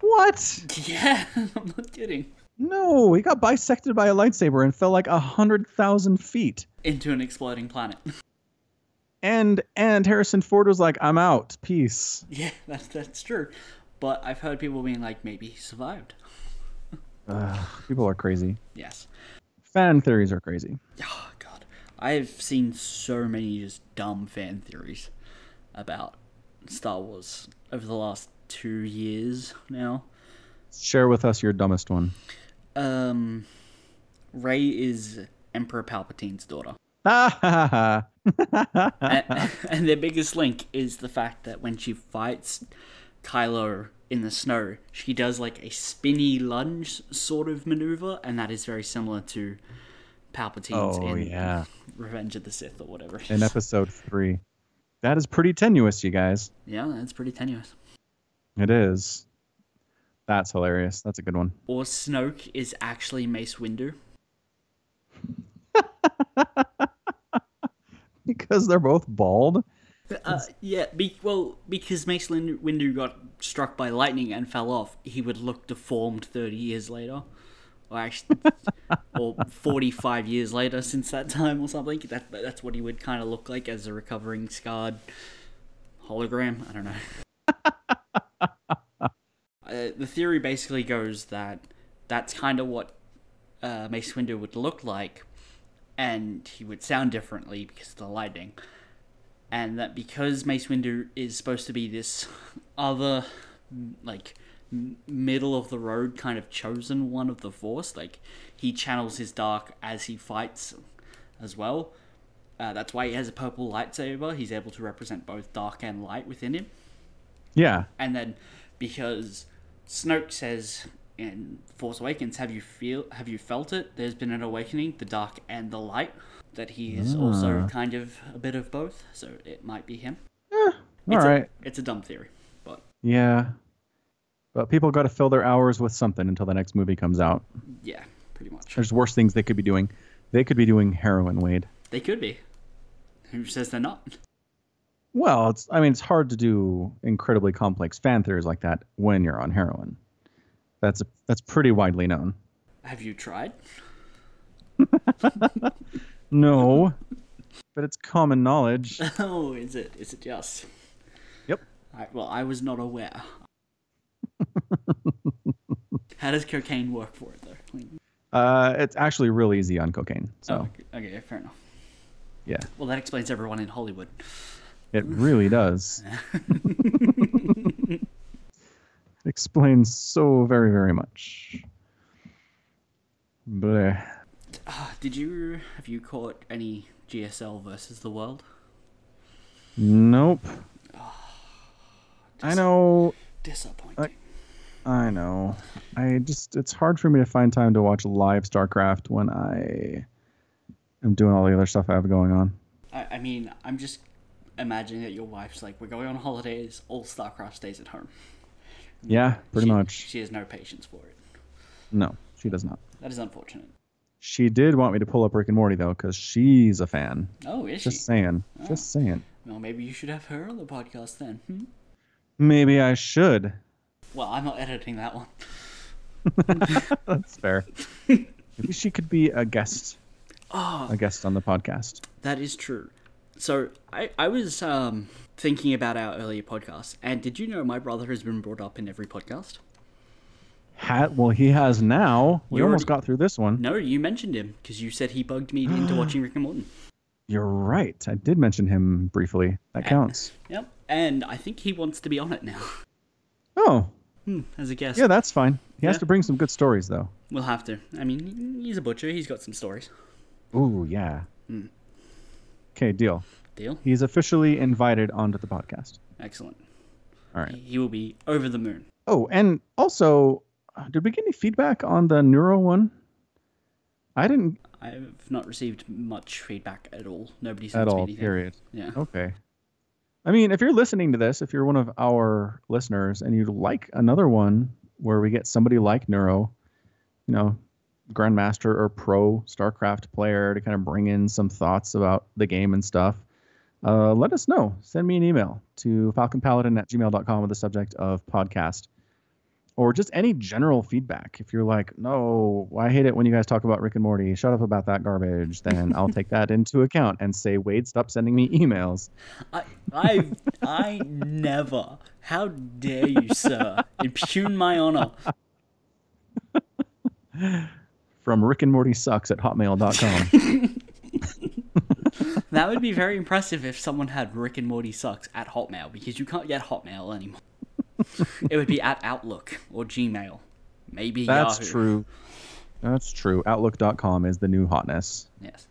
What?
Yeah, [LAUGHS] I'm not kidding.
No, he got bisected by a lightsaber and fell like a hundred thousand feet.
Into an exploding planet. [LAUGHS]
And and Harrison Ford was like, "I'm out, peace."
yeah, that's, that's true. But I've heard people being like, maybe he survived.
Ugh, people are crazy.
Yes.
Fan theories are crazy.
Oh god, I've seen so many just dumb fan theories about Star Wars over the last two years now.
Share with us your dumbest one. [LAUGHS]
Um, Ray is Emperor Palpatine's daughter,
Ha ha ha. [LAUGHS]
and, [LAUGHS] and their biggest link is the fact that when she fights Kylo in the snow, she does like a spinny lunge sort of maneuver, and that is very similar to Palpatine's
Oh,
in
yeah. uh,
Revenge of the Sith or whatever. it
in
is.
episode three. That is pretty tenuous, you guys.
[LAUGHS] yeah, that's pretty tenuous.
It is. That's hilarious. That's a good one. [LAUGHS]
or Snoke is actually Mace Windu.
Because they're both bald.
Uh, yeah, be- well, because Mace Lin- Windu got struck by lightning and fell off, he would look deformed 30 years later. Or actually, or 45 years later since that time or something. That, that's what he would kind of look like as a recovering scarred hologram. I don't know. uh, the theory basically goes that that's kind of what uh, Mace Windu would look like, and he would sound differently because of the lightning and that because Mace Windu is supposed to be this other, m- like, m- middle of the road kind of chosen one of the Force, like, he channels his dark as he fights as well. Uh, that's why he has a purple lightsaber. He's able to represent both dark and light within him.
Yeah.
And then because Snoke says in Force Awakens, have you feel have you felt it? There's been an awakening, the dark and the light. That he is also kind of a bit of both, so it might be him.
All
it's
right.
A, it's a dumb theory, but
Yeah. But people got to fill their hours with something until the next movie comes out.
yeah, pretty much.
There's worse things they could be doing. They could be doing heroin, Wade.
They could be. Who says they're not?
Well, it's I mean it's hard to do incredibly complex fan theories like that when you're on heroin. That's that's pretty widely known.
Have you tried?
No. but it's common knowledge.
[LAUGHS] oh, is it? Is it just?
Yep.
I, well, I was
[LAUGHS]
not aware. How does cocaine work for it though? Like,
Uh, it's actually real easy on cocaine. So
oh, okay, okay, fair enough.
yeah,
Well, that explains everyone in Hollywood.
it really [LAUGHS] does. It explains so very very much. But uh,
Ah, Did you have you caught any GSL versus the world?
nope. I know. Uh,
Disappointing.
I know. I just it's hard for me to find time to watch live StarCraft when I am doing all the other stuff I have going on.
I, I mean, I'm just imagining that your wife's like, we're going on holidays. All Starcraft stays at home.
Yeah, pretty
She-
much.
She has no patience for it.
No, she does not.
That is unfortunate.
She did want me to pull up Rick and Morty though, because she's a fan.
Oh, is
Just
she? Oh.
saying. Just saying.
Well, maybe you should have her on the podcast then. Hmm?
Maybe I should.
Well, I'm not editing that one. [LAUGHS]
That's fair. Maybe she could be a guest. A guest on the podcast.
Ah, That is true. So I, I was um, thinking about our earlier podcast, and did you know my brother has been brought up in every podcast?
Hat. Well, he has now. We
You
almost
already-
got through this one.
No, you mentioned him because you said he bugged
[GASPS]
me into watching Rick and Morton.
You're right. I did mention him briefly. That counts.
Yep, and I think he wants to be on it now [LAUGHS]
Oh,
Hmm, as a guest.
yeah, that's fine. He has
Yeah.
to bring some good stories though.
We'll have to. I mean, he's a butcher. He's got some stories.
Ooh, yeah.
Hmm.
Okay, deal.
Deal.
He's officially invited onto the podcast.
Excellent.
All right.
He will be over the moon.
Oh, and also, uh, did we get any feedback on the neuro one? I didn't
I've not received much feedback at all. Nobody sent
at
me
all.
anything.
Period.
Yeah.
Okay. I mean, if you're listening to this, if you're one of our listeners and you'd like another one where we get somebody like Neuro, you know, Grandmaster or pro StarCraft player to kind of bring in some thoughts about the game and stuff, uh, let us know. Send me an email to falconpaladin at gmail.com with the subject of podcast or just any general feedback. If you're like, no, I hate it when you guys talk about Rick and Morty, shut up about that garbage, then I'll take that into account and say, Wade, stop sending me emails.
I, I, I never. How dare you, sir? Impugn my honor.
from Rick and Morty sucks at hotmail.com.
That would be very impressive if someone had Rick and Morty sucks at Hotmail because you can't get Hotmail anymore. [LAUGHS] it would be at Outlook or Gmail, maybe
That's
Yahoo.
true. That's true. Outlook.com is the new hotness.
Yes,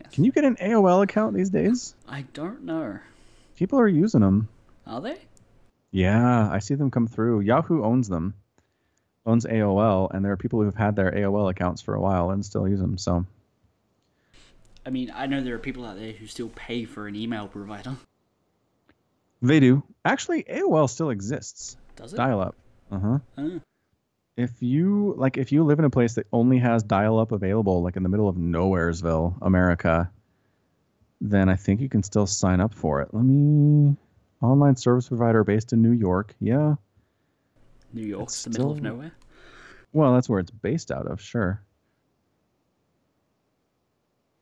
yes.
Can you get an AOL account these days?
I don't know.
People are using them.
Are they?
Yeah, I see them come through. Yahoo owns them, owns AOL, and there are people who've had their AOL accounts for a while and still use them. So,
I mean, I know there are people out there who still pay for an email provider.
They do. Actually, AOL still exists.
Does it?
Dial up. Uh huh.
Huh.
If you like, if you live in a place that only has dial up available, like in the middle of nowheresville, America, then I think you can still sign up for it. Let me. Online service provider based in New York. Yeah.
New York's
It's
the middle of
still-
nowhere.
Well, that's where it's based out of, sure.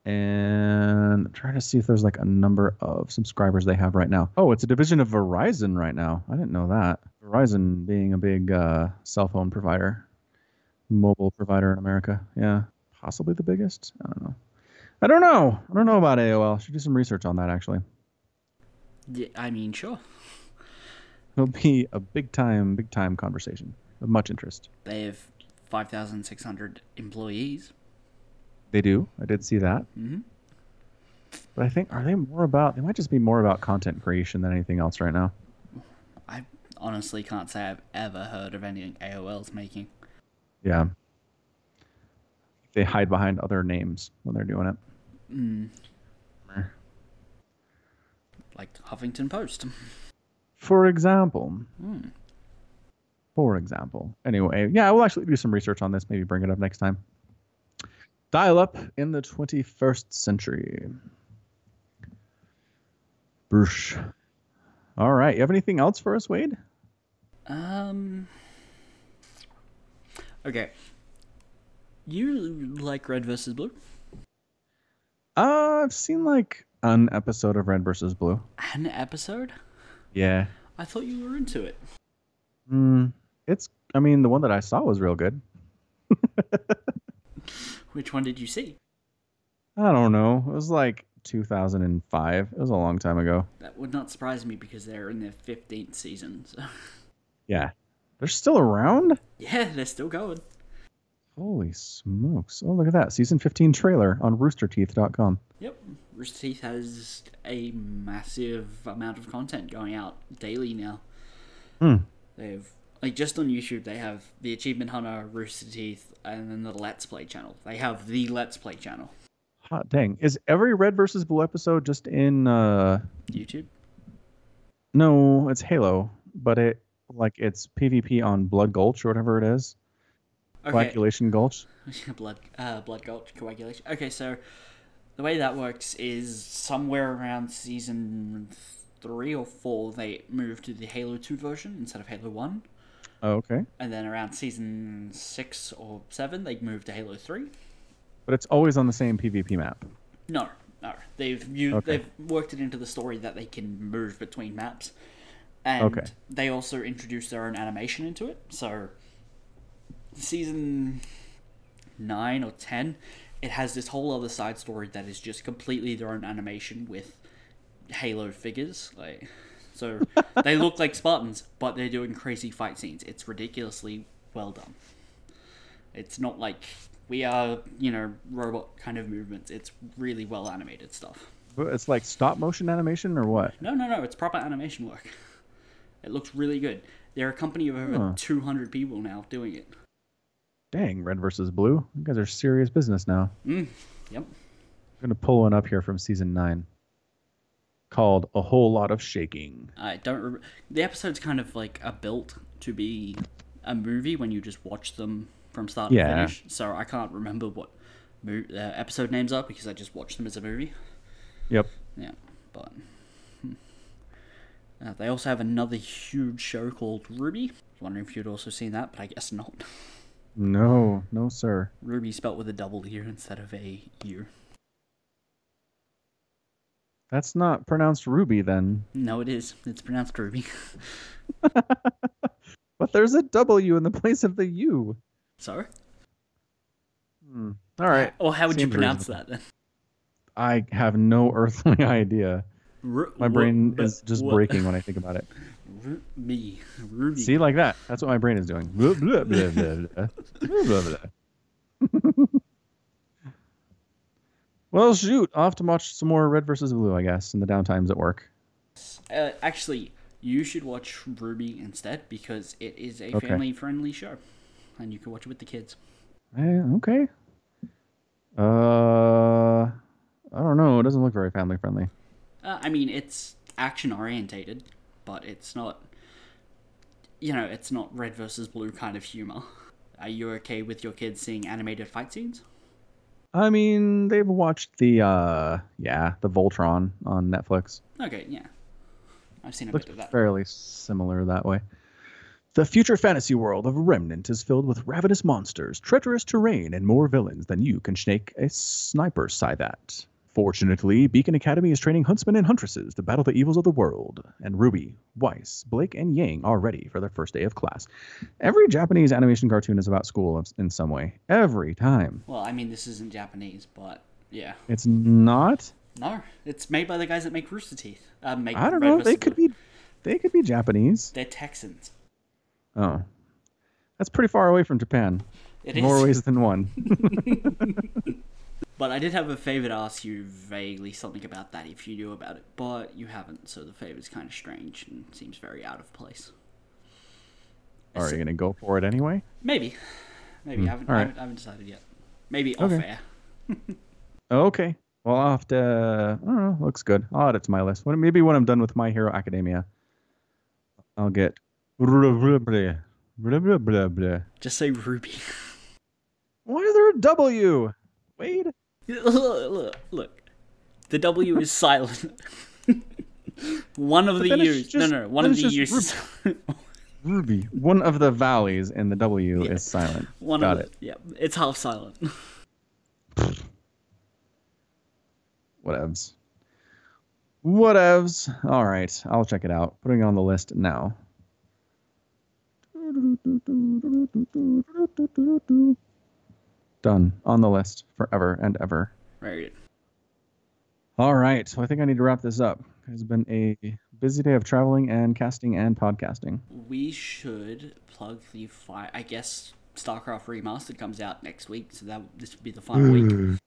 And I'm trying to see if there's like a number of subscribers they have right now. Oh, it's a division of Verizon right now. I didn't know that. Verizon being a big uh, cell phone provider, mobile provider in America. Yeah, possibly the biggest. I don't know. I don't know. I don't know about AOL. Should do some research on that actually.
Yeah, I mean, sure.
It'll be a big time, big time conversation of much interest.
They have 5,600 employees.
They do. I did see that.
Mhm.
But I think are they more about? They might just be more about content creation than anything else right now.
I honestly can't say I've ever heard of anything AOL's making.
Yeah. They hide behind other names when they're doing it.
Like Huffington Post.
For example. For example. Anyway, yeah, we'll actually do some research on this. Maybe bring it up next time. Dial up in the 21st century. Boosh. All right. You have anything else for us, Wade?
Um. Okay. You like red versus blue?
Uh, I've seen like an episode of Red versus Blue.
An episode?
Yeah.
I thought you were into it.
Mm, it's. I mean, the one that I saw was real good.
Which one did you see?
I don't know. It was like 2005. It was a long time ago.
That would not surprise me because they're in their 15th season. So. [LAUGHS]
Yeah. They're still around?
Yeah, they're still going.
Holy smokes. Oh, look at that. Season 15 trailer on roosterteeth.com.
Yep. Rooster Teeth has a massive amount of content going out daily now.
Hmm.
They've like just on YouTube they have the Achievement Hunter, Rooster Teeth, and then the Let's Play channel. They have the Let's Play channel.
Hot dang. Is every Red versus Blue episode just in uh
YouTube.
no, it's Halo, but it like it's PvP on Blood Gulch or whatever it is.
Okay.
Coagulation Gulch.
[LAUGHS] blood uh, blood gulch coagulation. Okay, so the way that works is somewhere around season three or four they move to the Halo two version instead of Halo one.
Oh, okay.
And then around season six or seven they move to Halo three.
But it's always on the same PvP map.
No, no. They've you
Okay.
they've worked it into the story that they can move between maps, and
Okay.
they also introduced their own animation into it. So, season nine or ten, it has this whole other side story that is just completely their own animation with Halo figures. Like, so they
[LAUGHS]
look like Spartans, but they're doing crazy fight scenes. It's ridiculously well done. It's not like we are, you know, robot kind of movements. It's really well animated stuff.
But It's like stop motion animation or what?
No, no, no. It's proper animation work. It looks really good. They're a company of over
Huh.
200 people now doing it.
Dang, Red versus Blue. You guys are serious business now.
Mm. Yep.
I'm gonna pull one up here from season nine. Called A Whole Lot of Shaking.
I don't. Re- the episode's kind of like are built to be a movie when you just watch them from start to
Yeah.
finish. So I can't remember what mo- uh, episode names are because I just watched them as a movie.
Yep.
Yeah, but hmm. uh, they also have another huge show called Ruby. I was wondering if you'd also seen that, but I guess not. [LAUGHS]
No, no, sir.
Ruby spelt with a double U instead of a U.
That's not pronounced Ruby then.
No, it is. It's pronounced Ruby. [LAUGHS]
But there's a W in the [LAUGHS] place of the U.
Sorry.
Hmm. All right.
Or how would you
Seems
pronounce
reasonable.
that then?
I have no [LAUGHS] earthly idea.
Ru-
My
ru-
brain
bu-
is just
ru-
breaking when I think about it.
Ruby. Ruby.
See, like that. That's what my brain is doing. Blah, blah, blah, blah, blah. Blah, blah, blah. [LAUGHS] well, shoot. I'll have to watch some more Red versus Blue, I guess, in the downtimes at work.
Uh, actually, you should watch Ruby instead because it is a
Okay.
family-friendly show, and you can watch it with the kids.
Eh, okay. Uh, I don't know. It doesn't look very family friendly.
Uh, I mean, it's action orientated, but it's not. You know, it's not red versus blue kind of humor. Are you okay with your kids seeing animated fight scenes?
I mean, they've watched the uh, yeah, the Voltron on Netflix.
Okay, yeah. I've seen a
Looks
bit of that.
fairly similar that way. The future fantasy world of Remnant is filled with ravenous monsters, treacherous terrain, and more villains than you can shake a sniper sight at. Fortunately, Beacon Academy is training huntsmen and huntresses to battle the evils of the world, and Ruby, Weiss, Blake, and Yang are ready for their first day of class. Every Japanese animation cartoon is about school in some way. Every time.
Well, I mean, this isn't Japanese, but yeah.
It's not.
No, it's made by the guys that make Rooster Teeth. Uh, make
I don't
Red
know.
versus
They could
Blue.
be. They could be Japanese.
They're Texans.
Oh, that's pretty far away from Japan.
It is.
More ways than
[LAUGHS]
one.
But I did have a favor to ask you vaguely something about that if you knew about it, but you haven't, so the favor's kind of strange and seems very out of place.
Are you gonna go for it anyway?
Maybe. Maybe. I, haven't,
Hmm. all
I,
right.
haven't, I haven't decided yet. Maybe off
Okay.
air.
Okay. Well, I'll have to. I don't know. Looks good. I'll add it to my list. When, maybe when I'm done with My Hero Academia, I'll get. Blah, blah, blah. Blah, blah, blah, blah.
Just say Ruby. [LAUGHS]
Why is there a W? Wade?
look, look, look. The W is silent. [LAUGHS] one of the
then it's
U's.
just-
no, no, one
then
of
it's
the U's.
just
is
Ruby. One of the valleys in the W
Yeah.
is silent.
[LAUGHS] one
Got
of
it.
the, Yeah, it's half silent.
Whatevs. Whatevs. All right, I'll check it out. Putting it on the list now. Done. On the list forever and ever.
[LAUGHS] Very good.
All right, so I think I need to wrap this up. It's been a busy day of traveling and casting and podcasting.
We should plug the fi I guess StarCraft Remastered comes out next week, so that this would be the final
Mm. Hmm.
week.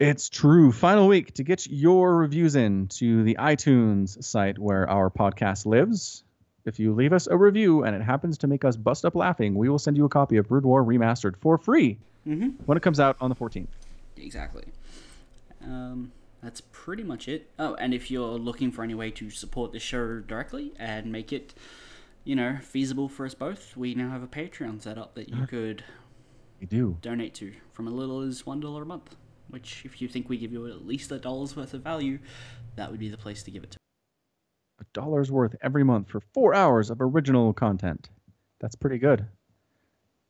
It's true. Final week to get your reviews in to the iTunes site where our podcast lives. If you leave us a review and it happens to make us bust up laughing, we will send you a copy of Brood War Remastered for free
Mm-hmm.
when it comes out on the 14th.
Exactly. Um, that's pretty much it. Oh, and if you're looking for any way to support the show directly and make it, you know, feasible for us both, we now have a Patreon set up that you could
We do.
donate to from as little as one dollar a month. Which, if you think we give you at least a dollar's worth of value, that would be the place to give it to.
A dollar's worth every month for four hours of original content. That's pretty good.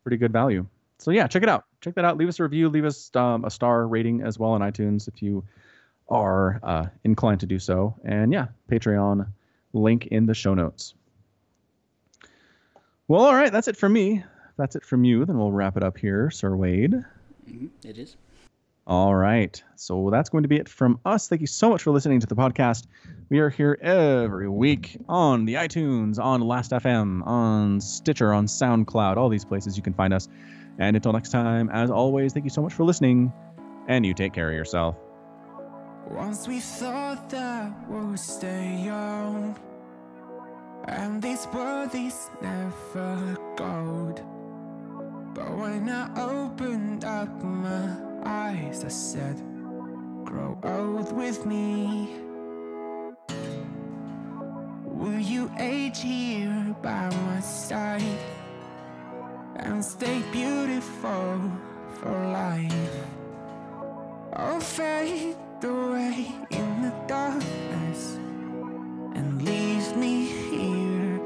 Pretty good value. So, yeah, check it out. Check that out. Leave us a review. Leave us um, a star rating as well on iTunes if you are uh, inclined to do so. And yeah, Patreon link in the show notes. Well, all right. That's it from me. If That's it from you. Then we'll wrap it up here, Sir Wade.
Mhm, It is.
All right. So that's going to be it from us. Thank you so much for listening to the podcast. We are here every week on the iTunes, on Last.fm, on Stitcher, on SoundCloud, all these places you can find us. And until next time, as always, thank you so much for listening, and you take care of yourself.
Once we thought that we'll stay young, and this world is never gold. But when I opened up my eyes, I said, Grow old with me. Will you age here by my side and stay beautiful for life? I'll fade away in the darkness and leave me here.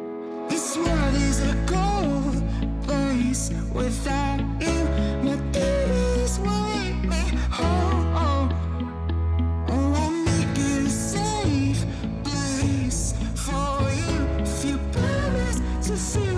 This world is a cold place without you. My demons won't let me home. Oh, I'll make it a safe place for you if you promise to feel